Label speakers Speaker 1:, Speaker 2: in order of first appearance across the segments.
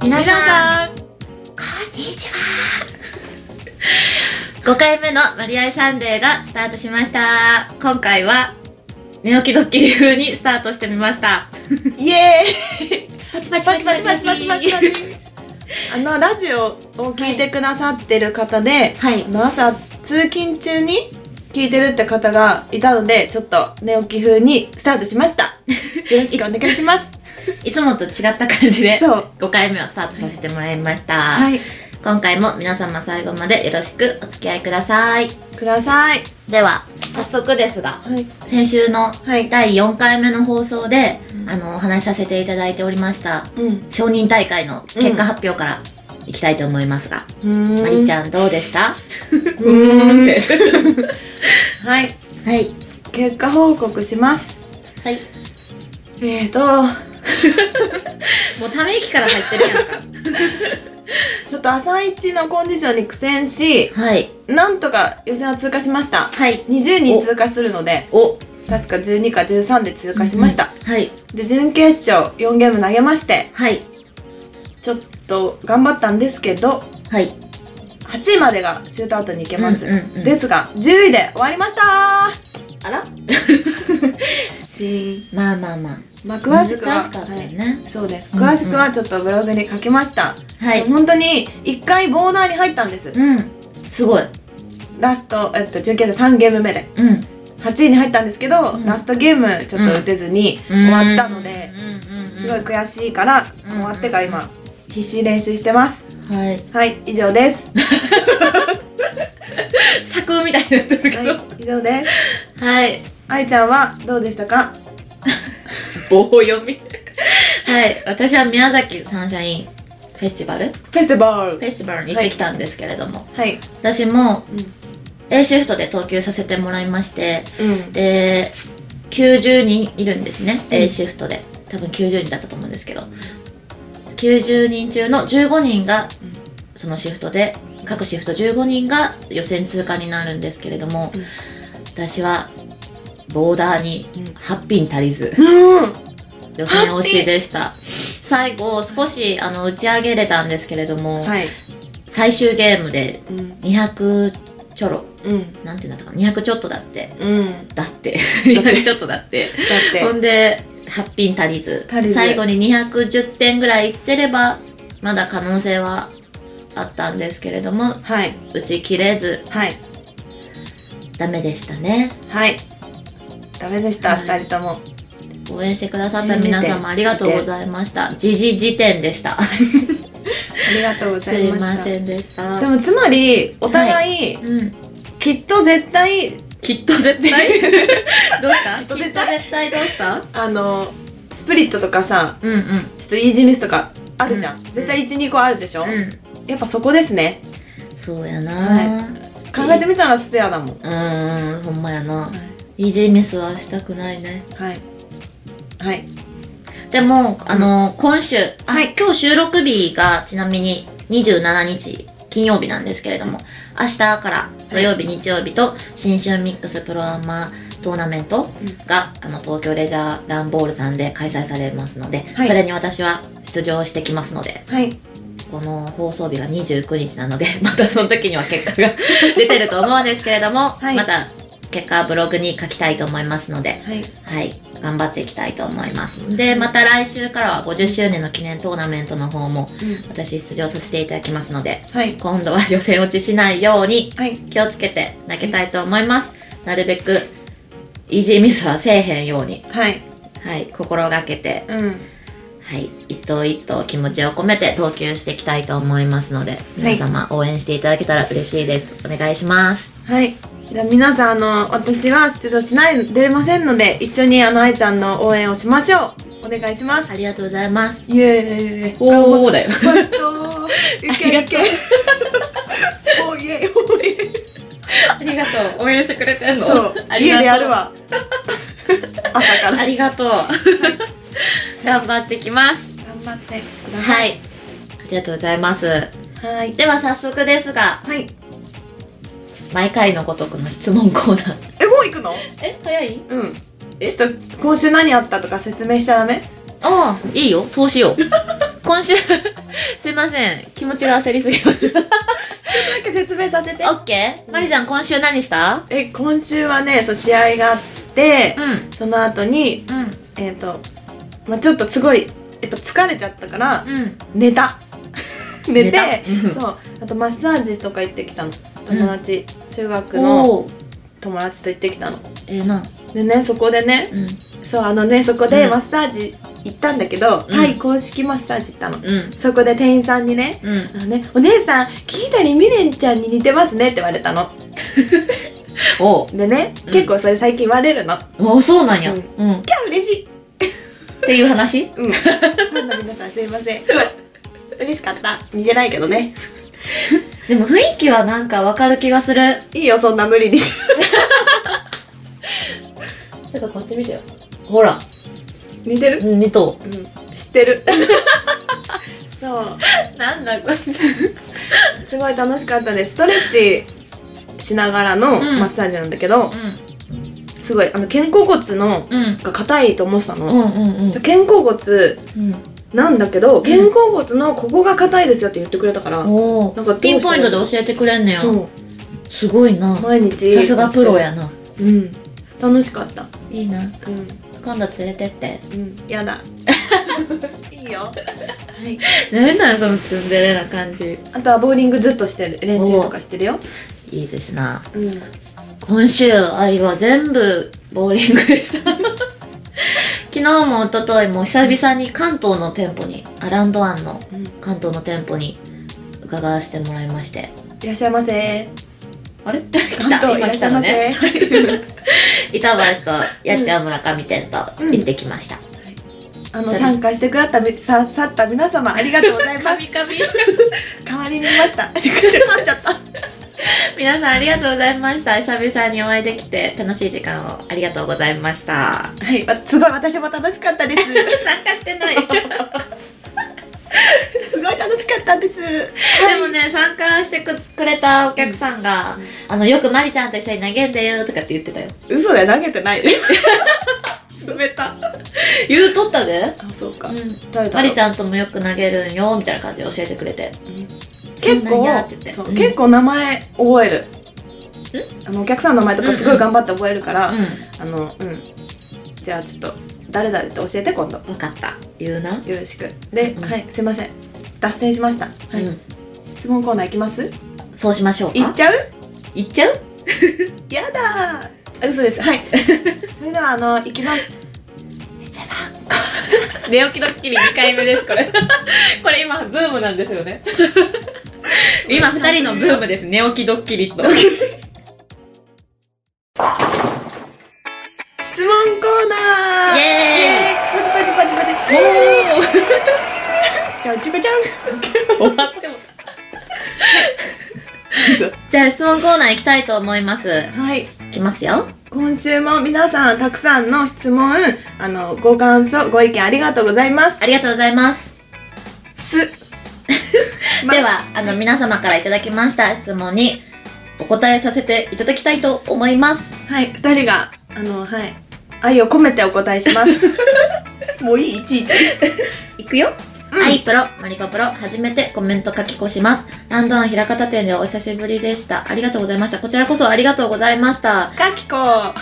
Speaker 1: 皆
Speaker 2: 皆
Speaker 1: さん、
Speaker 2: さん
Speaker 1: こんにちは。5回目の割合サンデーがスタートしました。今回は、寝起きドッキリ風にスタートしてみました。
Speaker 2: イエ
Speaker 1: パチパ
Speaker 2: ーイパチパチパチパチパチパチあのラジオを聞いてくださってる方で、
Speaker 1: はい
Speaker 2: あ。の朝通勤中に聞いてるって方がいたのでちょっと寝起き風にスタートしましたよろしくお願いし ます
Speaker 1: いつもと違った感じで、
Speaker 2: そう
Speaker 1: 5回目をスタートさせてもらいました。
Speaker 2: はい
Speaker 1: 今回も皆様最後までよろしくお付き合いください。
Speaker 2: ください
Speaker 1: では、早速ですが、
Speaker 2: はい
Speaker 1: 先週の
Speaker 2: はい
Speaker 1: 第4回目の放送で、
Speaker 2: うん
Speaker 1: あの、お話しさせていただいておりました、
Speaker 2: うん
Speaker 1: 承認大会の結果発表からいきたいと思いますが、
Speaker 2: うーん
Speaker 1: マリちゃんどうでした
Speaker 2: ーん
Speaker 1: って。
Speaker 2: はい
Speaker 1: はい。
Speaker 2: 結果報告します
Speaker 1: はい。
Speaker 2: えーと
Speaker 1: もうため息から入ってるやんか。
Speaker 2: ちょっと朝一のコンディションに苦戦し
Speaker 1: はい。
Speaker 2: なんとか予選を通過しました
Speaker 1: はい。
Speaker 2: 20人通過するので
Speaker 1: お。
Speaker 2: 確か12か13で通過しました、
Speaker 1: はい。
Speaker 2: で準決勝4ゲーム投げまして
Speaker 1: はい。
Speaker 2: ちょっと頑張ったんですけど
Speaker 1: はい。
Speaker 2: 8位までがシュートアウトに行けます、
Speaker 1: うんうんうん
Speaker 2: ですが10位で終わりました
Speaker 1: あ ら
Speaker 2: ち
Speaker 1: まあまあまあ。
Speaker 2: まあ、詳
Speaker 1: 難
Speaker 2: し
Speaker 1: し
Speaker 2: く
Speaker 1: か
Speaker 2: は
Speaker 1: ったよ
Speaker 2: はい
Speaker 1: ね。
Speaker 2: そうです
Speaker 1: うんうん
Speaker 2: 詳しくはちょっとブログに書きました、
Speaker 1: はい。
Speaker 2: 本当に1回ボーダーに入ったんです、
Speaker 1: うん。すごい。
Speaker 2: ラスト、えっと、準決勝3ゲーム目で
Speaker 1: うん。
Speaker 2: 8位に入ったんですけど、
Speaker 1: うん
Speaker 2: ラストゲームちょっと打てずに終わったので、
Speaker 1: うんうんうんうん、
Speaker 2: すごい悔しいから、
Speaker 1: うん
Speaker 2: 終わってから今必死に練習してます
Speaker 1: はい。
Speaker 2: はい以上です
Speaker 1: 作みたいになってるけど。
Speaker 2: はい以上です
Speaker 1: はい。
Speaker 2: 愛ちゃんはどうでしたか
Speaker 1: 棒読み。はい。私は宮崎サンシャインフェスティバルフ
Speaker 2: フェスティバル
Speaker 1: ェスティバルに行ってきたんですけれども、
Speaker 2: はい
Speaker 1: 私も
Speaker 2: うん
Speaker 1: A シフトで投球させてもらいまして、
Speaker 2: うん
Speaker 1: で、90人いるんですね。
Speaker 2: うん
Speaker 1: A シフトで。多分90人だったと思うんですけど。90人中の15人が
Speaker 2: うん
Speaker 1: そのシフトで、各シフト15人が予選通過になるんですけれども、
Speaker 2: うん
Speaker 1: 私はボーダーに
Speaker 2: うん
Speaker 1: 8品足りず、
Speaker 2: うん
Speaker 1: 予選落ちでした。最後、少しあの打ち上げれたんですけれども、
Speaker 2: はい
Speaker 1: 最終ゲームで
Speaker 2: うん
Speaker 1: 200ちょろ、
Speaker 2: うん
Speaker 1: なんていうんだったかな、200ちょっとだって、
Speaker 2: うんだ
Speaker 1: だって、200ちょっとだって。
Speaker 2: って
Speaker 1: ほんで、8品足りず
Speaker 2: 足りず
Speaker 1: 最後に210点ぐらいいってれば、まだ可能性はあったんですけれども、
Speaker 2: はい
Speaker 1: 打ち切れず、
Speaker 2: はい
Speaker 1: ダメでしたね。
Speaker 2: はいダメでした、
Speaker 1: はい
Speaker 2: 二人とも
Speaker 1: 応援してくださった皆
Speaker 2: 時事
Speaker 1: 様
Speaker 2: 点
Speaker 1: ありがとうございました。時事時点でした。
Speaker 2: ありがとうご
Speaker 1: す
Speaker 2: ざい
Speaker 1: い
Speaker 2: ました
Speaker 1: ませんでした。
Speaker 2: でもつまりお互い、
Speaker 1: うん、
Speaker 2: きっと絶対
Speaker 1: きっと絶対 どうしたき
Speaker 2: き
Speaker 1: っ
Speaker 2: っ
Speaker 1: と
Speaker 2: と
Speaker 1: 絶
Speaker 2: 絶対
Speaker 1: 対どうした
Speaker 2: あのスプリットとかさ
Speaker 1: うんうん
Speaker 2: ちょっとイージーミスとかあるじゃん、
Speaker 1: うん
Speaker 2: 絶対12個あるでしょ、
Speaker 1: う
Speaker 2: やっぱそこですね
Speaker 1: んそうやな、
Speaker 2: は考えてみたらスペアだもん、は
Speaker 1: うーんほんまやなイージーミスはしたくないね
Speaker 2: いはいはい
Speaker 1: でもあの、今週あ、
Speaker 2: はい
Speaker 1: 今日収録日がちなみに27日金曜日なんですけれども明日から土曜日、日曜日と新春ミックスプロアマートーナメントが、あの東京レジャーランボールさんで開催されますので、
Speaker 2: はい
Speaker 1: それに私は出場してきますので
Speaker 2: はい
Speaker 1: この放送日が29日なので またその時には結果が出てると思うんですけれども、
Speaker 2: はい
Speaker 1: また結果はブログに書きたいと思いますので、
Speaker 2: はい
Speaker 1: はい、頑張っていきたいと思いますでまた来週からは50周年の記念トーナメントの方も
Speaker 2: うん
Speaker 1: 私出場させていただきますので
Speaker 2: はい
Speaker 1: 今度は予選落ちしないように
Speaker 2: はい
Speaker 1: 気をつけて投げたいと思いますなるべくイージーミスはせえへんように、
Speaker 2: はい
Speaker 1: はい、心がけて
Speaker 2: うん
Speaker 1: はい、一投一投気持ちを込めて投球していきたいと思いますので皆様応援していただけたら嬉しいですお願いします
Speaker 2: はいじゃあ皆さんあの私は出場しない出れませんので一緒にあの愛ちゃんの応援をしましょうお願いします
Speaker 1: ありがとうございます
Speaker 2: イエーイ
Speaker 1: ーだよ
Speaker 2: 頑張ったいけいけおいえおいえ
Speaker 1: ありがとう応援してくれてんの
Speaker 2: そう
Speaker 1: あり
Speaker 2: 家
Speaker 1: がとう
Speaker 2: でやるわ 朝から
Speaker 1: ありがとう頑張ってきます
Speaker 2: 頑張ってくだ
Speaker 1: は
Speaker 2: さい
Speaker 1: いありがとうございます
Speaker 2: はい
Speaker 1: では早速ですが
Speaker 2: はい
Speaker 1: 毎回のごとくの質問コーナー
Speaker 2: えもう行くの
Speaker 1: え早い
Speaker 2: うん
Speaker 1: え
Speaker 2: ちょっと 今週何あったとか説明しちゃダメ
Speaker 1: ああいいよそうしよう 今週すいません。気持ちが焦りすぎ ます。
Speaker 2: だけ説明させて
Speaker 1: オッケーマリちゃん、今週何した
Speaker 2: え今週はねそう試合があって
Speaker 1: うん。
Speaker 2: その後に
Speaker 1: うん。
Speaker 2: えっ、と、まあ、ちょっとすごいやっぱ疲れちゃったから
Speaker 1: うん。
Speaker 2: 寝た 寝て
Speaker 1: 寝たうん
Speaker 2: そうあとマッサージとか行ってきたの友達、中学の
Speaker 1: おー
Speaker 2: 友達と行ってきたの
Speaker 1: ええな。
Speaker 2: でねそこでね
Speaker 1: うん。
Speaker 2: そうあのねそこで
Speaker 1: うん
Speaker 2: マッサージ行ったんだけど、
Speaker 1: うん
Speaker 2: タイ公式マッサージ行ったの、
Speaker 1: うん。
Speaker 2: そこで店員さんにね
Speaker 1: うん。
Speaker 2: あのね、お姉さん、聞いたりみれんちゃんに似てますねって言われたの。
Speaker 1: おー
Speaker 2: でね、
Speaker 1: うん
Speaker 2: 結構それ最近言われるの。キ
Speaker 1: おーそうなんや。
Speaker 2: う
Speaker 1: うんん。っ
Speaker 2: ャー嬉しい。
Speaker 1: ていう話
Speaker 2: うん。ファンの皆さんすいません。嬉しかった。似てないけどね。
Speaker 1: でも雰囲気はなんかわかる気がする。
Speaker 2: いいよ、そんな無理に。
Speaker 1: ちょっとこっち見てよ。ほら。
Speaker 2: 似てる
Speaker 1: うん、2頭。
Speaker 2: うん。知って る。そう。
Speaker 1: なんだこいつ。
Speaker 2: すごい楽しかったです。ストレッチしながらの
Speaker 1: うん
Speaker 2: マッサージなんだけど、
Speaker 1: う
Speaker 2: すごい、あの、肩甲骨の、
Speaker 1: ん。うん。
Speaker 2: が硬いと思ってたの。
Speaker 1: うんうんうん。
Speaker 2: そう肩甲骨
Speaker 1: うん。
Speaker 2: なんだけど、肩甲骨のここが硬いですよって言ってくれたから、
Speaker 1: お
Speaker 2: なんかどうしたら
Speaker 1: お。ピンポイントで教えてくれんねや。
Speaker 2: そう
Speaker 1: すごいな。さ
Speaker 2: 毎日
Speaker 1: すがプロやな。
Speaker 2: うん楽しかった
Speaker 1: いいな。
Speaker 2: うん
Speaker 1: 今度連れてって。
Speaker 2: うんや だいいよ、はい、
Speaker 1: なんなんそのツンデレな感じ。
Speaker 2: あとはボーリングずっとしてる練習とかしてるよ、
Speaker 1: いいですな。
Speaker 2: うん、
Speaker 1: 今週愛は全部ボーリングでした。 昨日も一昨日も久々に関東の店舗に、アランドアンの
Speaker 2: うん
Speaker 1: 関東の店舗に伺わせてもらいまして。
Speaker 2: いらっしゃいませ
Speaker 1: あれ来
Speaker 2: 関
Speaker 1: た
Speaker 2: 東い
Speaker 1: 今
Speaker 2: らっ
Speaker 1: 来
Speaker 2: しゃ
Speaker 1: た
Speaker 2: い
Speaker 1: の
Speaker 2: ませ、
Speaker 1: ね。
Speaker 2: はい
Speaker 1: 板橋と八千代村上店と行ってきました。
Speaker 2: あの参加してくださったささった皆様ありがとうござい ます
Speaker 1: 神々
Speaker 2: 代わりにいましたちょっと噛んじゃった
Speaker 1: 皆さんありがとうございました久々にお会いできて楽しい時間をありがとうございました
Speaker 2: はいわすごい私も楽しかったです
Speaker 1: 参加して ない
Speaker 2: すごい楽しかったです
Speaker 1: でもね参加してくくれたお客さんが、
Speaker 2: うん
Speaker 1: あのよくまりちゃんと一緒に投げんでよとかって言ってたよ
Speaker 2: 嘘で投げてないです
Speaker 1: 冷た言うとったで
Speaker 2: あそうか、
Speaker 1: うん
Speaker 2: 誰だろう
Speaker 1: まりちゃんともよく投げるんよみたいな感じで教えてくれて
Speaker 2: 結
Speaker 1: そうなんや
Speaker 2: 構
Speaker 1: って言って
Speaker 2: そう、
Speaker 1: うん
Speaker 2: 結構名前覚えるあのお客さんの名前とかすご
Speaker 1: うんう
Speaker 2: い
Speaker 1: ん
Speaker 2: 頑張って覚えるから、
Speaker 1: う
Speaker 2: あのうんじゃあちょっと誰々って教えて今度よ
Speaker 1: ん分かった言うな、
Speaker 2: ろしくで、
Speaker 1: うん
Speaker 2: はいすいません脱線しました、はい
Speaker 1: うん
Speaker 2: 質問コーナー行きます
Speaker 1: そうしましょうか
Speaker 2: 行っちゃう
Speaker 1: いっちゃう
Speaker 2: やだー嘘ですはい それではあの行きます質問コ
Speaker 1: 寝起きドッキリ2回目です これこれ今ブームなんですよね 今2人のブームです寝起きドッキ リと
Speaker 2: 質問コーナー
Speaker 1: イエ
Speaker 2: イエーイパチパチパチパチ
Speaker 1: お
Speaker 2: じゃあちべちゃ
Speaker 1: お終わ ってもじゃあ質問コーナー行きたいと思います
Speaker 2: んはい
Speaker 1: いきますよ
Speaker 2: 今週も皆さんたくさんの質問あのご感想ご意見ありがとうございま
Speaker 1: ありがとうございます
Speaker 2: すす
Speaker 1: ではあの皆様からいただきました質問にお答えさせていただきたいと思います
Speaker 2: はい二人があのはい愛を込めてお答えします もういいいちいち、
Speaker 1: いくよ
Speaker 2: うん
Speaker 1: アイプロ、マリコプロ、初めてコメント書き越します。ランドアン平方店ではお久しぶりでした。ありがとうございました。こちらこそありがとうございました。
Speaker 2: かきこあ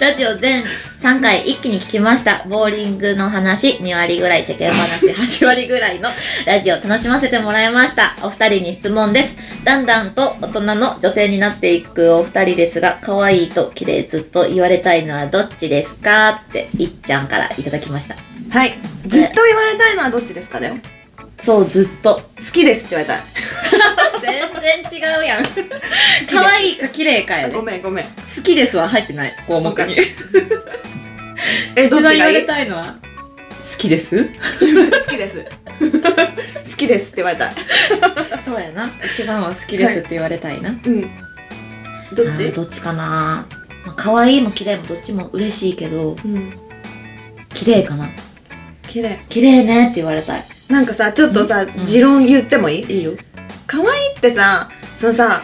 Speaker 1: ラジオ全3回一気に聞きました。ボーリングの話2割ぐらい、世間話 8割ぐらいのラジオ楽しませてもらいました。お二人に質問です。だんだんと大人の女性になっていくお二人ですが、可愛いと綺麗ずっと言われたいのはどっちですかって、いっちゃんからいただきました。
Speaker 2: はいずっと言われたいのはどっちですかだよ
Speaker 1: そう、ずっと。
Speaker 2: 好きですって言われ
Speaker 1: 全然違うやん。可愛いか綺麗か
Speaker 2: た
Speaker 1: や
Speaker 2: い
Speaker 1: ね。
Speaker 2: ご
Speaker 1: 好
Speaker 2: めんごめん
Speaker 1: きですは入ってない、項目に。
Speaker 2: えどっ ち
Speaker 1: 一番言
Speaker 2: がい
Speaker 1: わ
Speaker 2: い
Speaker 1: れ
Speaker 2: 好
Speaker 1: たいのは、好きです
Speaker 2: きです好きですって 言われたい
Speaker 1: そうやな一番は好きですって言われたいな、
Speaker 2: うんどっ
Speaker 1: あー
Speaker 2: ち
Speaker 1: どっちかな、まあ、可愛いも綺麗もどっちも嬉しいけど
Speaker 2: うん
Speaker 1: 綺麗かな
Speaker 2: 綺麗
Speaker 1: 綺麗ねって言われたい
Speaker 2: なんかさちょっとさ、
Speaker 1: ん
Speaker 2: 持論言ってもいい
Speaker 1: いいよ
Speaker 2: 可愛いってさそのさ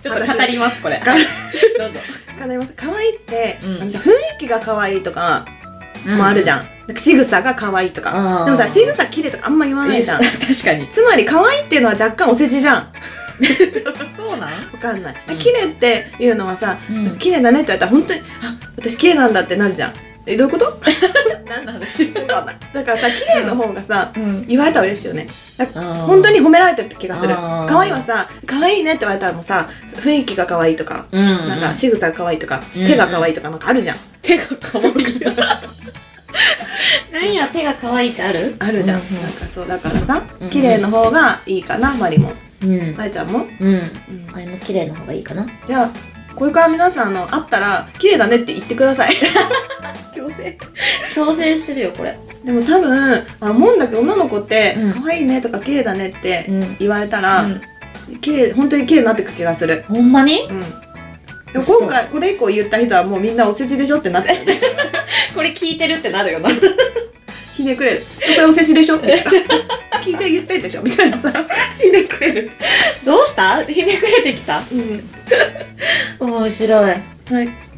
Speaker 1: ちょっと語りますこれ
Speaker 2: が
Speaker 1: どうぞ
Speaker 2: 可愛いって、
Speaker 1: うん
Speaker 2: あのさ雰囲気が可愛いとかもあるじ
Speaker 1: ん、
Speaker 2: ゃん、なんか仕草が可愛いとか
Speaker 1: あー
Speaker 2: でもさ仕草綺麗とかあんま言わないじゃん
Speaker 1: 確かに
Speaker 2: つまり可愛いっていうのは若干お世辞じゃんわ
Speaker 1: そうなん
Speaker 2: かんないで
Speaker 1: うん
Speaker 2: 綺麗っていうのはさ
Speaker 1: うん
Speaker 2: 綺麗だねって言われたら本当にあ私綺麗なんだってなるじゃんえどういうこと
Speaker 1: 何の話
Speaker 2: わかんないだからさ綺麗の方がさ
Speaker 1: うん
Speaker 2: 言われたら嬉しいよね本
Speaker 1: 本
Speaker 2: 当に褒められてる気がする
Speaker 1: あー
Speaker 2: 可愛いはさ可愛いねって言われたらもうさ雰囲気が可愛いとか
Speaker 1: うん
Speaker 2: なんか仕草が可愛いとか、
Speaker 1: うん
Speaker 2: 手が可愛いとかなんかあるじゃん、
Speaker 1: 手が可愛い 何や手が可愛いってある
Speaker 2: あるじゃん、
Speaker 1: うんうん
Speaker 2: なんかそうだからさ
Speaker 1: うんうん
Speaker 2: 綺麗の方がいいかなマリも
Speaker 1: うん
Speaker 2: あやちゃんも、
Speaker 1: うん
Speaker 2: うん
Speaker 1: あれも綺麗な方がいいかな
Speaker 2: じゃあこれから皆さんあの会ったら綺麗だねって言ってください強制
Speaker 1: 強制してるよこれ
Speaker 2: でも多分あの思うんだけど女の子って
Speaker 1: うん
Speaker 2: 可愛いねとか綺麗だねって
Speaker 1: ん
Speaker 2: 言われたら、綺麗本当に綺麗になってく気がする
Speaker 1: ほんまに
Speaker 2: うんでも今回これ以降言った人はもうみんなお世辞でしょってなってるね
Speaker 1: これ聞いてるってなるよな
Speaker 2: ひねくれるそれお世辞でしょって言ったら 聞いて言ってんでしょみたいなさひねくれる
Speaker 1: どうしたひねくれてきた
Speaker 2: うん
Speaker 1: 面白い
Speaker 2: はい。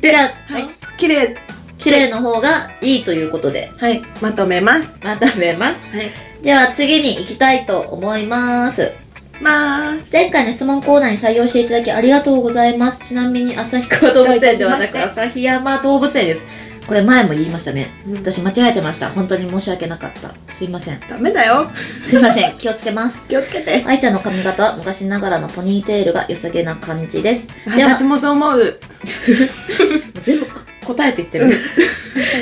Speaker 2: で、
Speaker 1: じゃあ
Speaker 2: はい、綺麗、
Speaker 1: 綺麗の方がいいということで
Speaker 2: はい、まとめます。
Speaker 1: まためます
Speaker 2: はい。
Speaker 1: では次に行きたいと思います
Speaker 2: まーす。
Speaker 1: 前回の質問コーナーに採用していただきありがとうございます。ちなみに、旭川動物園ではなく、
Speaker 2: どういたしまし
Speaker 1: 旭山動物園です。これ前も言いましたね。
Speaker 2: 私
Speaker 1: 私間違えてました。本当に申し訳なかった。すいません。
Speaker 2: ダメだよ。
Speaker 1: すいません。気をつけます。
Speaker 2: 気をつけて。
Speaker 1: 愛ちゃんの髪型は昔ながらのポニーテールが良さげな感じです。では
Speaker 2: 私もそう思う。
Speaker 1: 全部答えていってる。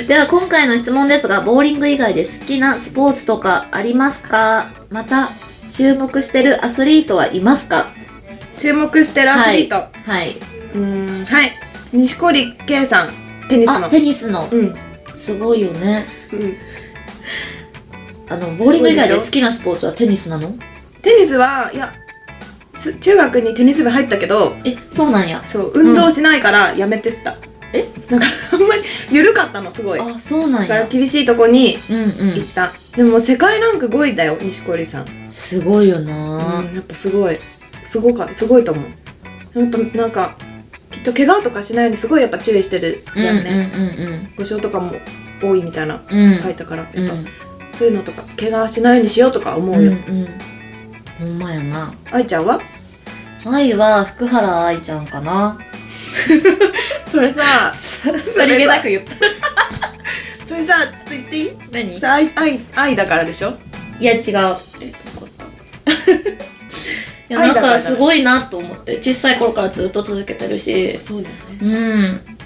Speaker 1: では今回の質問ですが、ボーリング以外で好きなスポーツとかありますかまた、注目してるアスリートはいますか
Speaker 2: 注目してるアスリート。
Speaker 1: はい。
Speaker 2: うーん、はい。錦織圭さん、テニス
Speaker 1: あ、
Speaker 2: の。
Speaker 1: テニスの。
Speaker 2: うん、
Speaker 1: すごいよね。
Speaker 2: うん。
Speaker 1: あの、ボーリング以外で好きなスポーツはテニスなの
Speaker 2: テニスは、いや、す中学にテニス部入ったけど、
Speaker 1: え、そうなんや。
Speaker 2: そう、運動しないからやめてった。
Speaker 1: え
Speaker 2: なんか、あんまり緩かったの、すごい。
Speaker 1: あ、そうなん
Speaker 2: だから
Speaker 1: や。
Speaker 2: 厳しいとこに
Speaker 1: うんう
Speaker 2: 行った。でも世界ランク5位だよ、錦織さん。
Speaker 1: ん。すごいよな、
Speaker 2: うん、やっぱすごいすごかすごいと思うやっぱなんかきっと怪我とかしないようにすごいやっぱ注意してるじゃんね、
Speaker 1: ね。
Speaker 2: 故障とかも多いみたいな
Speaker 1: うんうんうんうん。
Speaker 2: 書いたから、
Speaker 1: うん
Speaker 2: やっぱそういうのとか怪我しないようにしようとか思
Speaker 1: う
Speaker 2: うんよ、
Speaker 1: うん。ほんまやな。
Speaker 2: 愛ちゃんは
Speaker 1: 愛は福原愛ちゃんかな。
Speaker 2: それさ
Speaker 1: さ
Speaker 2: りげな
Speaker 1: く言った。
Speaker 2: それさちょっと言ってい
Speaker 1: 何
Speaker 2: いさ愛愛愛だからでしょ
Speaker 1: いや違う。い
Speaker 2: え
Speaker 1: や
Speaker 2: 愛
Speaker 1: な
Speaker 2: だ
Speaker 1: ん
Speaker 2: から
Speaker 1: かすごいなと思って、小さい頃からずっと続けてるし。
Speaker 2: そうだよね
Speaker 1: うん。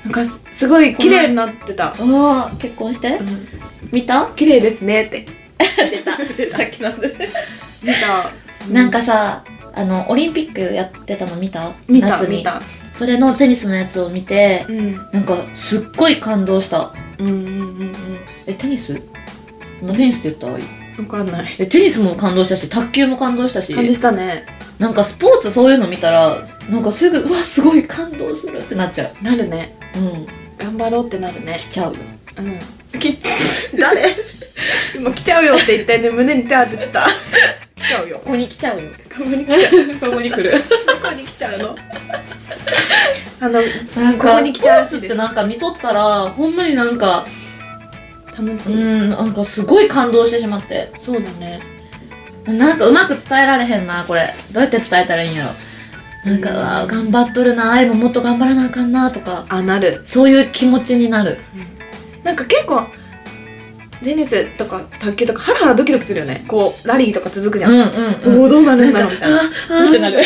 Speaker 2: なんかすすごい綺麗になってた、
Speaker 1: ああ、結婚して
Speaker 2: うん
Speaker 1: 見た
Speaker 2: 綺麗ですねって
Speaker 1: 出た。さっきの話。
Speaker 2: 見た
Speaker 1: なんかさあのオリンピックやってたの見た
Speaker 2: 見た
Speaker 1: 夏に
Speaker 2: 見た
Speaker 1: それのテニスのやつを見て
Speaker 2: うん
Speaker 1: なんかすっごい感動した
Speaker 2: うんうんうん
Speaker 1: えテニス今テニスって言った
Speaker 2: うんわかんない
Speaker 1: えテニスも感動したし卓球も感動したし
Speaker 2: 感じしたね
Speaker 1: なんかスポーツそういうの見たらなんかすぐうわすごい感動するってなっちゃう
Speaker 2: なるね
Speaker 1: うん
Speaker 2: 頑張ろうってなるね
Speaker 1: 来。ちゃうよ
Speaker 2: うん。き誰？今来ちゃうよって言ってね胸に手当ててた。来ちゃうよ。
Speaker 1: ここに来ちゃうよ
Speaker 2: ここに来ちゃう。
Speaker 1: ここに来る
Speaker 2: どこに来ちゃうの？あの
Speaker 1: なん
Speaker 2: ここ
Speaker 1: か
Speaker 2: に来
Speaker 1: スポ
Speaker 2: ちゃう
Speaker 1: ー
Speaker 2: らし
Speaker 1: ツ
Speaker 2: い
Speaker 1: っ
Speaker 2: です
Speaker 1: てなんか見とったらほんまになんか
Speaker 2: 楽
Speaker 1: う
Speaker 2: しい。
Speaker 1: んなんかすごい感動してしまって
Speaker 2: そうだね。
Speaker 1: なんかうまく伝えられへんなこれどうやって伝えたらいいんやろなんか、
Speaker 2: うん
Speaker 1: うわ頑張っとるな愛ももっと頑張らなあかんなとか
Speaker 2: あなる。
Speaker 1: そういう気持ちになる
Speaker 2: なんか結構テニスとか卓球とかハラハラドキドキするよね。こうラリーとか続くじ
Speaker 1: う
Speaker 2: ゃ
Speaker 1: ん
Speaker 2: ん。
Speaker 1: うんうん
Speaker 2: おおどうなるんだ
Speaker 1: なん
Speaker 2: ろうみた
Speaker 1: か
Speaker 2: いな。
Speaker 1: ああーってなる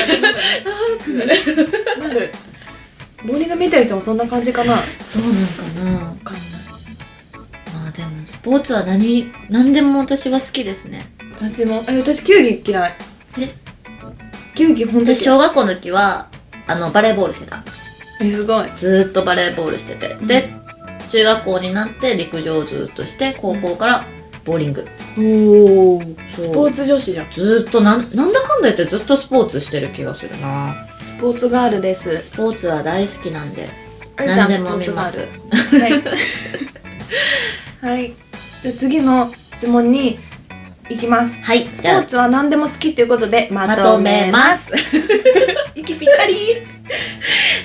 Speaker 2: なる。ボーリング見てる人もそんな感じかな。わ
Speaker 1: そうなんかな
Speaker 2: かんない。
Speaker 1: まあでもスポーツは何何でも私は好きですね
Speaker 2: 私もえ私球技嫌い
Speaker 1: え
Speaker 2: 球技本当に
Speaker 1: 私小学校の時はあのバレーボールしてた
Speaker 2: えすごい
Speaker 1: ずーっとバレーボールしてて、で中学校になって陸上をずーっとして高校からボーリング
Speaker 2: おお
Speaker 1: そう
Speaker 2: スポーツ女子じゃん
Speaker 1: ずーっとなんなんだかんだ言ってずっとスポーツしてる気がするな
Speaker 2: スポーツガールです
Speaker 1: スポーツは大好きなんで
Speaker 2: あれちゃ
Speaker 1: 何
Speaker 2: ん
Speaker 1: でも見ます
Speaker 2: スポーツガールはい、はい、じゃあ次の質問に行きます
Speaker 1: はい
Speaker 2: ス
Speaker 1: じ
Speaker 2: ポ
Speaker 1: ゃ
Speaker 2: ー
Speaker 1: あ
Speaker 2: ツは何でも好きっていうことでま
Speaker 1: ま
Speaker 2: と
Speaker 1: と
Speaker 2: め
Speaker 1: め
Speaker 2: ま
Speaker 1: ますす
Speaker 2: 息ぴったり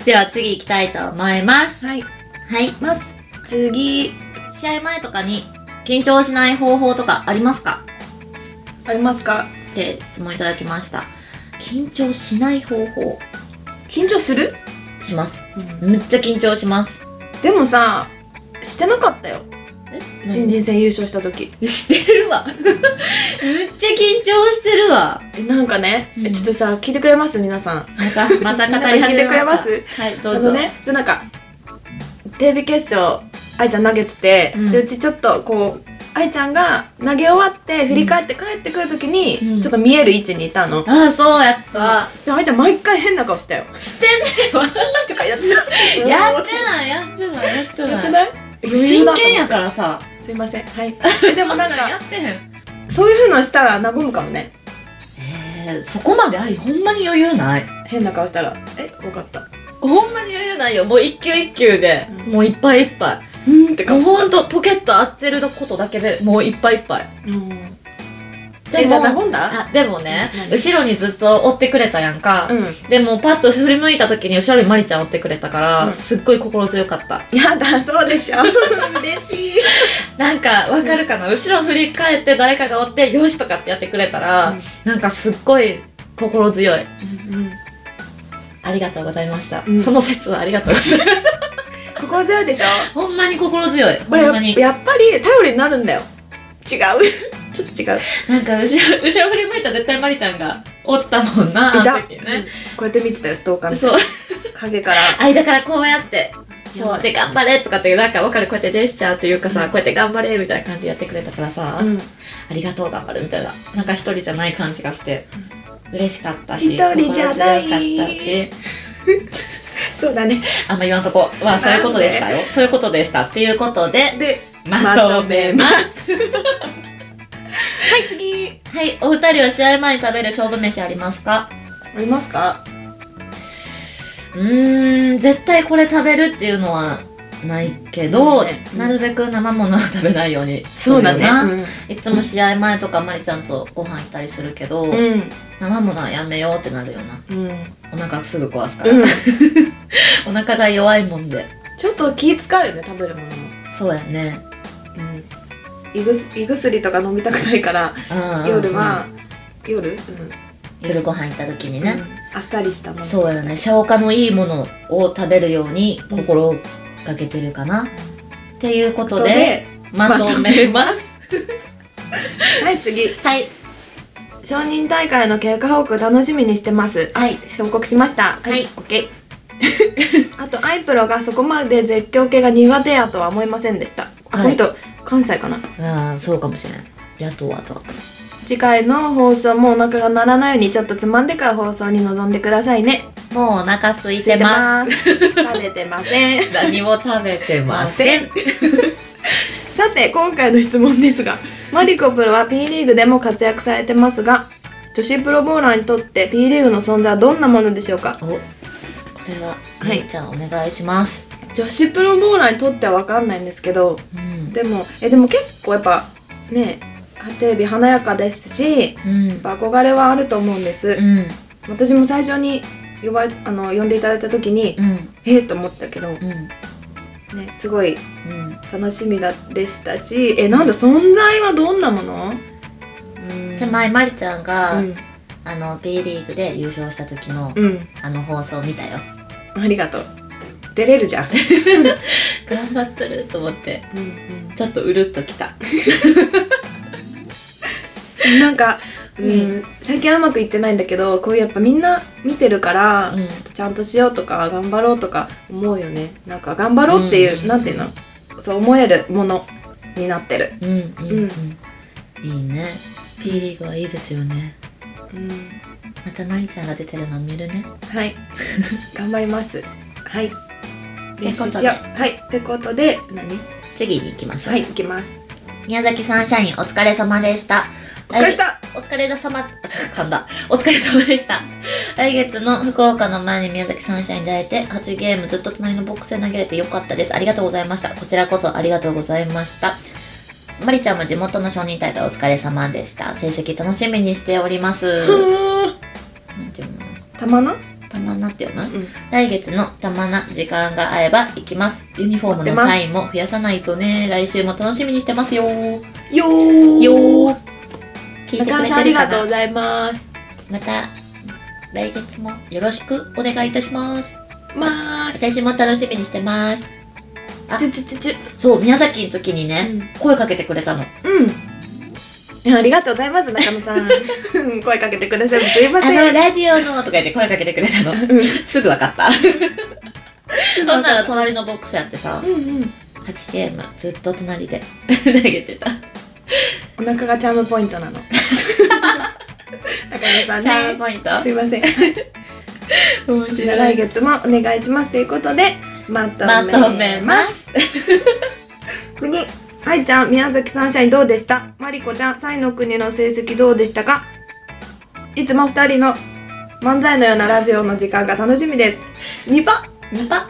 Speaker 1: では次行きたいと思います
Speaker 2: はい
Speaker 1: はい
Speaker 2: ます次
Speaker 1: 試合前とかに緊張しない方法とかありますか
Speaker 2: ありますか
Speaker 1: って質問いただきました緊張しない方法
Speaker 2: 緊張する、
Speaker 1: しますめっちゃ緊張します
Speaker 2: でもさしてなかったよ
Speaker 1: え
Speaker 2: 新人戦優勝した時
Speaker 1: してるわ めっちゃ緊張してるわ
Speaker 2: えなんかね、え
Speaker 1: うん
Speaker 2: ちょっとさ聞いてくれます皆さん
Speaker 1: またまた語り始めま
Speaker 2: なん
Speaker 1: した
Speaker 2: か聞いてくれ
Speaker 1: はいど
Speaker 2: あ
Speaker 1: う
Speaker 2: の
Speaker 1: ぞ、
Speaker 2: ねそうなんかテレビ決勝愛ちゃん投げてて、
Speaker 1: うん
Speaker 2: でうちちょっとこう愛ちゃんが投げ終わって振り返って帰ってくる時に、
Speaker 1: うん
Speaker 2: ちょっと見える位置にいたの、
Speaker 1: ああそうやった
Speaker 2: じゃあ愛ちゃん毎回変な顔したよ
Speaker 1: してね
Speaker 2: とかやってた
Speaker 1: えわ やってないやってないやって
Speaker 2: やって
Speaker 1: ない
Speaker 2: ない
Speaker 1: 真剣やかららさ
Speaker 2: すいませんはいえでもなん
Speaker 1: そ や
Speaker 2: か
Speaker 1: ってへん
Speaker 2: そういうふうのしたら和むかもね
Speaker 1: えー、そこまで愛ほんまに余裕ない
Speaker 2: 変な顔したらえ分かった
Speaker 1: ほんまに余裕ないよもう一球一球で、
Speaker 2: うん
Speaker 1: もういっぱいいっぱ
Speaker 2: うんって
Speaker 1: いも
Speaker 2: 顔
Speaker 1: う
Speaker 2: し
Speaker 1: ほんとポケット合ってることだけでもういっぱいいっぱい
Speaker 2: たうんえじゃあ和んだ
Speaker 1: あでもね
Speaker 2: 何
Speaker 1: 後ろにずっと追ってくれたやんか、
Speaker 2: うん
Speaker 1: でもパッと振り向いた時に後ろにマリちゃん追ってくれたから、
Speaker 2: うん
Speaker 1: すっごい心強かった
Speaker 2: やだそうでしょ 嬉しい
Speaker 1: なんかわかるかな、後ろ振り返って誰かが追ってよしとかってやってくれたら、なんかすっごい心強い
Speaker 2: うん
Speaker 1: ありがとうございました、
Speaker 2: うん
Speaker 1: その説はありがとうござい ました
Speaker 2: 心強いでしょ
Speaker 1: ほんまに心強い
Speaker 2: こ
Speaker 1: ほ
Speaker 2: れ
Speaker 1: ん
Speaker 2: や
Speaker 1: まに
Speaker 2: やっぱり頼りになるんだよ違う ちょっと違う
Speaker 1: なんか後ろ後ろ振り向いたら絶対マリちゃんがおったもんなあ
Speaker 2: いた、
Speaker 1: の時ね、
Speaker 2: こうやって見てたよストーカー
Speaker 1: そう
Speaker 2: の影から
Speaker 1: 間からこうやって
Speaker 2: や
Speaker 1: そ
Speaker 2: ば
Speaker 1: う
Speaker 2: い
Speaker 1: で頑張れとかってなんかわかるこうやってジェスチャーっていうかさ、
Speaker 2: うん
Speaker 1: こうやって頑張れみたいな感じでやってくれたからさ、
Speaker 2: うん
Speaker 1: ありがとう頑張るみたいななんか一人じゃない感じがして嬉しかった
Speaker 2: 一
Speaker 1: し
Speaker 2: 人じゃない
Speaker 1: 心強かったし
Speaker 2: そうだね
Speaker 1: あんま言わんとこまあそういうことでしたよそういうことでしたっていうことで
Speaker 2: で
Speaker 1: まとめます
Speaker 2: すはい次
Speaker 1: はいお二人は試合前に食べる勝負飯ありますか
Speaker 2: ありますか
Speaker 1: うーん絶対これ食べるっていうのはないけど、
Speaker 2: うんね
Speaker 1: なるべく生ものは食べないようにす
Speaker 2: そ
Speaker 1: るよ
Speaker 2: うだね
Speaker 1: いつも試合前とかまりちゃんとご飯行ったりするけど、
Speaker 2: うんうん
Speaker 1: 生ものはやめようってなるよな
Speaker 2: うん、
Speaker 1: お腹すぐ壊すから、
Speaker 2: うん、
Speaker 1: お腹が弱いもんで
Speaker 2: ちょっと気使うよね食べるものも、
Speaker 1: そうやね
Speaker 2: うん、胃ぐす胃薬とか飲みたくないから
Speaker 1: うんうんうん
Speaker 2: 夜は夜、うん
Speaker 1: 夜ご飯行った時にね、
Speaker 2: うんあっさりしたもの
Speaker 1: そうやね消化のいいものを食べるように心がけてるかな、っていうことでまとめます
Speaker 2: はい次
Speaker 1: はい
Speaker 2: 承認大会の結果報告楽しみにしてますあ
Speaker 1: はい
Speaker 2: 報告しました
Speaker 1: はい
Speaker 2: オッケー あとアイプロがそこまで絶叫系が苦手やとは思いませんでした、あ
Speaker 1: はい
Speaker 2: この人関西かな
Speaker 1: ああそうかもしれないやっとはとは
Speaker 2: 次回の放送もお腹が鳴らないようにちょっとつまんでから放送に臨んでくださいね
Speaker 1: もうお腹空いてます
Speaker 2: す食べてません
Speaker 1: 何も食べてません
Speaker 2: さて今回の質問ですがマリコプロは P リーグでも活躍されてますが女子プロボウラーにとって P リーグの存在はどんなものでしょうか
Speaker 1: おこれは
Speaker 2: は
Speaker 1: め
Speaker 2: い
Speaker 1: いちゃんお願いします、
Speaker 2: 女子プロボウラーにとっては分かんないんですけど
Speaker 1: うん
Speaker 2: でもえでも結構やっぱねテレビ華やかですしや
Speaker 1: うん
Speaker 2: っぱ憧れはあると思うんです、
Speaker 1: うん
Speaker 2: 私も最初に呼ばあの呼んでいただいた時に、
Speaker 1: うん
Speaker 2: えっと思ったけど、ね、
Speaker 1: うん
Speaker 2: すごい
Speaker 1: うん
Speaker 2: 楽しみだでしたしえなんだ存在はどんなもの、うん
Speaker 1: で前まりちゃんが、
Speaker 2: うん
Speaker 1: あの B リーグで優勝した時の、
Speaker 2: うん、
Speaker 1: あの放送見たよ
Speaker 2: ありがとう。出れるじゃん。
Speaker 1: 頑張ってると思って
Speaker 2: う
Speaker 1: ちょっとうるっときた
Speaker 2: ん、なんか、うん
Speaker 1: う
Speaker 2: 最近はうまくいってないんだけど、こういうやっぱみんな見てるから、
Speaker 1: うん
Speaker 2: ちょっとちゃんとしようとか頑張ろうとか思うよね。なんか頑張ろうっていう、
Speaker 1: うん
Speaker 2: なんていうの、そう思えるものになってる。
Speaker 1: うんうんうん、いいね P リーグはいいですよね
Speaker 2: うん、
Speaker 1: またまりちゃんが出てるの見るね
Speaker 2: はい、頑張ります。はい。練習
Speaker 1: と
Speaker 2: し
Speaker 1: で
Speaker 2: よう。はい、ってことで、何？
Speaker 1: 次に行きましょう、
Speaker 2: はい、行きます。
Speaker 1: 宮崎サンシャインお疲れ様でした
Speaker 2: お疲れ様。
Speaker 1: お疲れ様、噛んだ。お疲れ様でした。来月の福岡の前に宮崎サンシャインで会えて、8ゲームずっと隣のボックスで投げれてよかったです。ありがとうございました。こちらこそありがとうございました。まりちゃんも地元の承認大会お疲れ様でした。成績楽しみにしております。
Speaker 2: ふーん
Speaker 1: なんていうの
Speaker 2: たまな？
Speaker 1: 玉たまなって読む
Speaker 2: うん
Speaker 1: 来月のたまな時間が合えば行きます。ユニフォームのサインも増やさないとね。来週も楽しみにしてますよ。
Speaker 2: よー
Speaker 1: よー。聞いてくれ
Speaker 2: 中
Speaker 1: てる
Speaker 2: 尾
Speaker 1: かな
Speaker 2: さんありがとうございます
Speaker 1: また来月もよろしくお願いいたします。
Speaker 2: まーす
Speaker 1: 私も楽しみにしてます。あ
Speaker 2: ちゅちゅちゅちゅ
Speaker 1: そう、宮崎の時にね、声かけてくれたの。
Speaker 2: うんいやありがとうございます中野さ んうん声かけてくださいすいま
Speaker 1: あ
Speaker 2: せ
Speaker 1: の、
Speaker 2: ん
Speaker 1: ラジオのとか言って声かけてくれ たの。
Speaker 2: うん
Speaker 1: すぐわ かった。そんなら隣のボックスやってさ、
Speaker 2: うんうん
Speaker 1: 8ゲームずっと隣で 投げてた。
Speaker 2: お腹がチャームポイントな の中野さん
Speaker 1: チャーム
Speaker 2: ね
Speaker 1: ポイント
Speaker 2: すいません
Speaker 1: 面
Speaker 2: じゃあ来月もお願いしますということでまと
Speaker 1: まと
Speaker 2: め
Speaker 1: め
Speaker 2: ま
Speaker 1: ますす。
Speaker 2: 次はいちゃん宮崎サンシャインどうでしたまりこちゃんサイの国の成績どうでしたかいつも二人の漫才のようなラジオの時間が楽しみです2番
Speaker 1: ニパ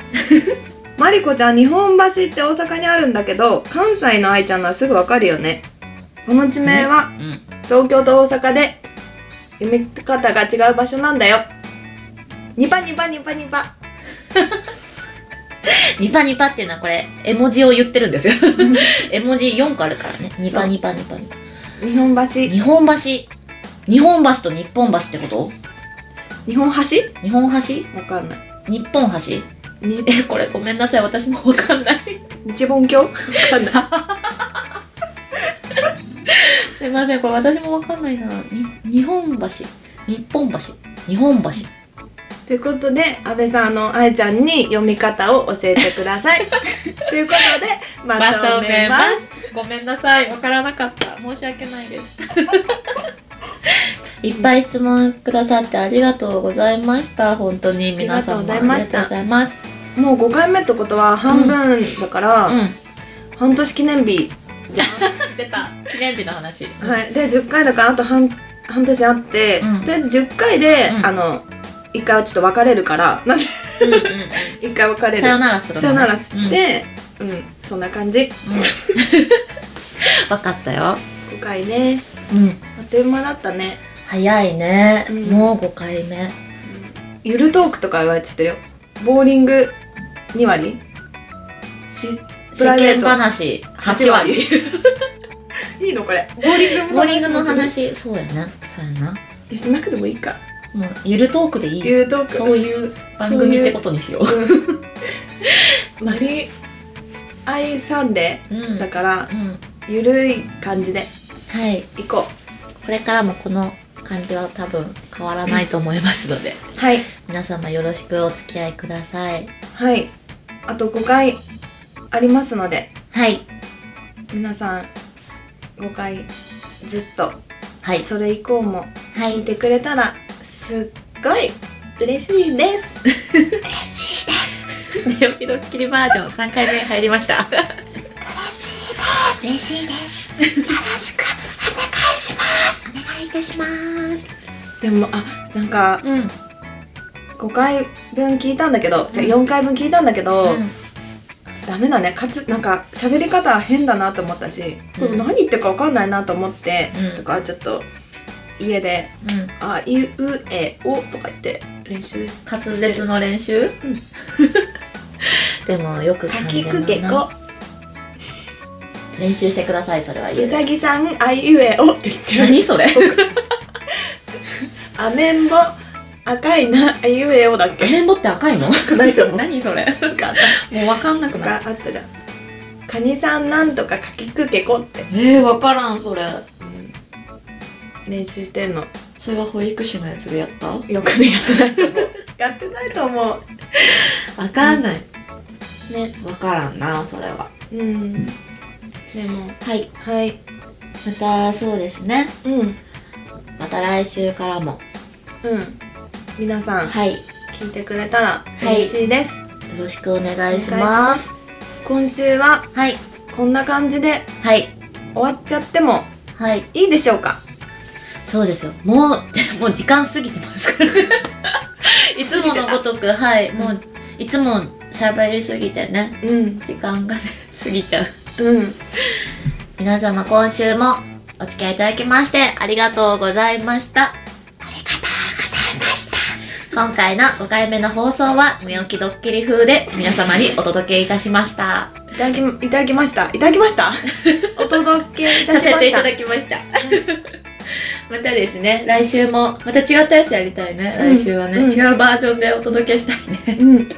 Speaker 2: まりこちゃん日本橋って大阪にあるんだけど関西の愛ちゃんならすぐわかるよねこの地名は
Speaker 1: うん。
Speaker 2: 東京と大阪で読み方が違う場所なんだよ2番2番2番2番
Speaker 1: ニパニパっていうのはこれ、絵文字を言ってるんですよ。 絵文字4個あるからね。ニパニパニパニパ。
Speaker 2: 日本橋
Speaker 1: 日本橋。日本橋と日本橋ってこと
Speaker 2: 日本橋
Speaker 1: 日本橋
Speaker 2: わかんない
Speaker 1: 日本橋
Speaker 2: に
Speaker 1: え、これごめんなさい。私もわかんない。
Speaker 2: 日本橋わかんない
Speaker 1: すいません。これ私もわかんないな。に日本橋。日本橋。日本橋。
Speaker 2: ということで安倍さんあの愛ちゃんに読み方を教えてくだ さいということでまとめます
Speaker 1: す。ごめんなさい。わからなかった。申し訳な いです。いっぱい質問くださってありがとうございました。本当に皆様
Speaker 2: ありがとうございました
Speaker 1: ありがとうございます。
Speaker 2: もう5回目ってことは半分だから、
Speaker 1: う
Speaker 2: 半年記念日じゃ
Speaker 1: ん。出た。記念日の話。
Speaker 2: んはいで10回だからあと半半年あって、
Speaker 1: うん
Speaker 2: とりあえず10回で、
Speaker 1: うん
Speaker 2: あの1回はちょっと別れるから なんで
Speaker 1: うんうん。
Speaker 2: 1回別れる
Speaker 1: さよならするのね。
Speaker 2: さよならして、うんそんな感じ
Speaker 1: うん。うんわかったよ。
Speaker 2: 5回ね
Speaker 1: うん。
Speaker 2: あっという間だったね
Speaker 1: 早いね
Speaker 2: うん。
Speaker 1: もう5回目。
Speaker 2: ゆるトークとか言われててるよボーリング2割しプ
Speaker 1: 世
Speaker 2: ライベー
Speaker 1: 間
Speaker 2: ト
Speaker 1: 話8割。
Speaker 2: いいのこれボーリング
Speaker 1: ボーリングの
Speaker 2: もす
Speaker 1: 話、そうやな。そうやな。
Speaker 2: るいやしなくてもいいか
Speaker 1: もう、ゆるトークでいい。
Speaker 2: ゆるトーク
Speaker 1: そういう番組ってことにしよう。
Speaker 2: マリアイサンデ
Speaker 1: うん。う
Speaker 2: ー
Speaker 1: ん。
Speaker 2: だからゆるい感じで
Speaker 1: はい。
Speaker 2: いこ
Speaker 1: これからもこの感じは多分変わらないと思いますので、
Speaker 2: うはい
Speaker 1: 皆様よろしくお付き合いください。
Speaker 2: はいあと5回ありますので
Speaker 1: はい。
Speaker 2: 皆さん5回ずっと
Speaker 1: はい。
Speaker 2: それ以降も
Speaker 1: は
Speaker 2: 聞い
Speaker 1: い。
Speaker 2: てくれたらすっごい嬉しいです嬉しいです
Speaker 1: 寝起きドッキリバージョン3回目入りました。
Speaker 2: 嬉しいで
Speaker 1: 嬉しいです。
Speaker 2: すよろしくお願いします
Speaker 1: お願いいたします。
Speaker 2: でもあなんか
Speaker 1: うん。うん。
Speaker 2: 5回分聞いたんだけど、じゃあ4回分聞いたんだけど、ダメだねかつなんか喋り方変だなと思ったし、
Speaker 1: うん
Speaker 2: 何言ってるか分かんないなと思って、
Speaker 1: うん
Speaker 2: とかちょっと家で
Speaker 1: うん。
Speaker 2: 「あいうえお」とか言って練習し
Speaker 1: 滑舌の練習、
Speaker 2: ん
Speaker 1: でもよく
Speaker 2: か
Speaker 1: 噛ん
Speaker 2: き
Speaker 1: でる
Speaker 2: くけ
Speaker 1: な
Speaker 2: こ
Speaker 1: 練習してください、それは
Speaker 2: う
Speaker 1: 言
Speaker 2: さぎさん「あいうえお」って言ってる
Speaker 1: 何それ
Speaker 2: 「あめんぼ赤いなあいうえお」だっけ
Speaker 1: レンボって赤いの
Speaker 2: ないと思う
Speaker 1: 何それ
Speaker 2: なんかあった
Speaker 1: もうわかんなく
Speaker 2: と
Speaker 1: な
Speaker 2: かあっ
Speaker 1: る
Speaker 2: たじゃん「かにさんなんとかかきくけこ」って、
Speaker 1: えー、わからんそれ
Speaker 2: うん練習してんの
Speaker 1: それは保育士のやつでやった
Speaker 2: よくねやってないと思うやってないと思う
Speaker 1: わかんない
Speaker 2: ね
Speaker 1: わからんなそれは
Speaker 2: うんでも
Speaker 1: はい
Speaker 2: はい
Speaker 1: またそうですね
Speaker 2: うんうん
Speaker 1: また来週からも
Speaker 2: 皆さん
Speaker 1: はいよ
Speaker 2: 聞いてくれたら
Speaker 1: い
Speaker 2: 嬉しいです、
Speaker 1: ろしくお願いし
Speaker 2: お願
Speaker 1: ま
Speaker 2: いし
Speaker 1: す
Speaker 2: 今週は
Speaker 1: はい
Speaker 2: こんな感じで
Speaker 1: はい
Speaker 2: 終わっちゃっても
Speaker 1: はい
Speaker 2: いいでしょうか
Speaker 1: そうですよもうもう時間過ぎてます からいつものごとくはいもういつも喋りすぎてね
Speaker 2: うん
Speaker 1: 時間がね 過ぎちゃう
Speaker 2: うん
Speaker 1: 皆様今週もお付き合いいただきましてありがとうございましたありがとうございました今回の5回目の放送は寝起きドッキリ風で皆様にお届けいたしました。
Speaker 2: いただきいただきましたいただきま したお届けいた
Speaker 1: さ
Speaker 2: し
Speaker 1: せ
Speaker 2: ま
Speaker 1: て
Speaker 2: し
Speaker 1: い
Speaker 2: た
Speaker 1: ただきました。 またですね、来週も、また違ったやつやりたいね。
Speaker 2: うん
Speaker 1: 来週はね、
Speaker 2: うん
Speaker 1: 違うバージョンでお届けしたいね。
Speaker 2: うん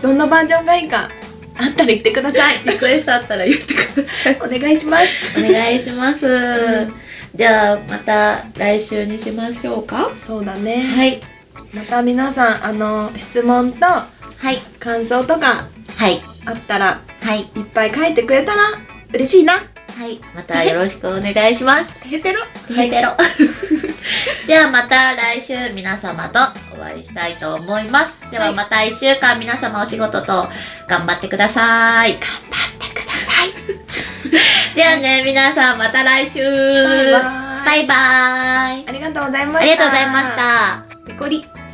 Speaker 2: どんなバージョンがいいかあったら言ってください
Speaker 1: リクエストあったら言ってください。
Speaker 2: お願いします
Speaker 1: お願いします。
Speaker 2: ん
Speaker 1: じゃあ、また来週にしましょうか。
Speaker 2: そうだね、
Speaker 1: はい。
Speaker 2: また皆さんあの質問と
Speaker 1: はい。
Speaker 2: 感想とか
Speaker 1: はい。
Speaker 2: あったら
Speaker 1: はい。
Speaker 2: いっぱい書いてくれたら嬉しいな
Speaker 1: はい。またよろしくお願いします。
Speaker 2: ヘペロ
Speaker 1: ヘ ペロ。ではまた来週皆様とお会いしたいと思います。で
Speaker 2: は
Speaker 1: はいまた1週間皆様お仕事と頑張ってください。頑張ってください。 ではね、皆さんまた来週。
Speaker 2: バイバイ
Speaker 1: バイバイ。
Speaker 2: ありがとうございました
Speaker 1: ありがとうございました。
Speaker 2: ペコリ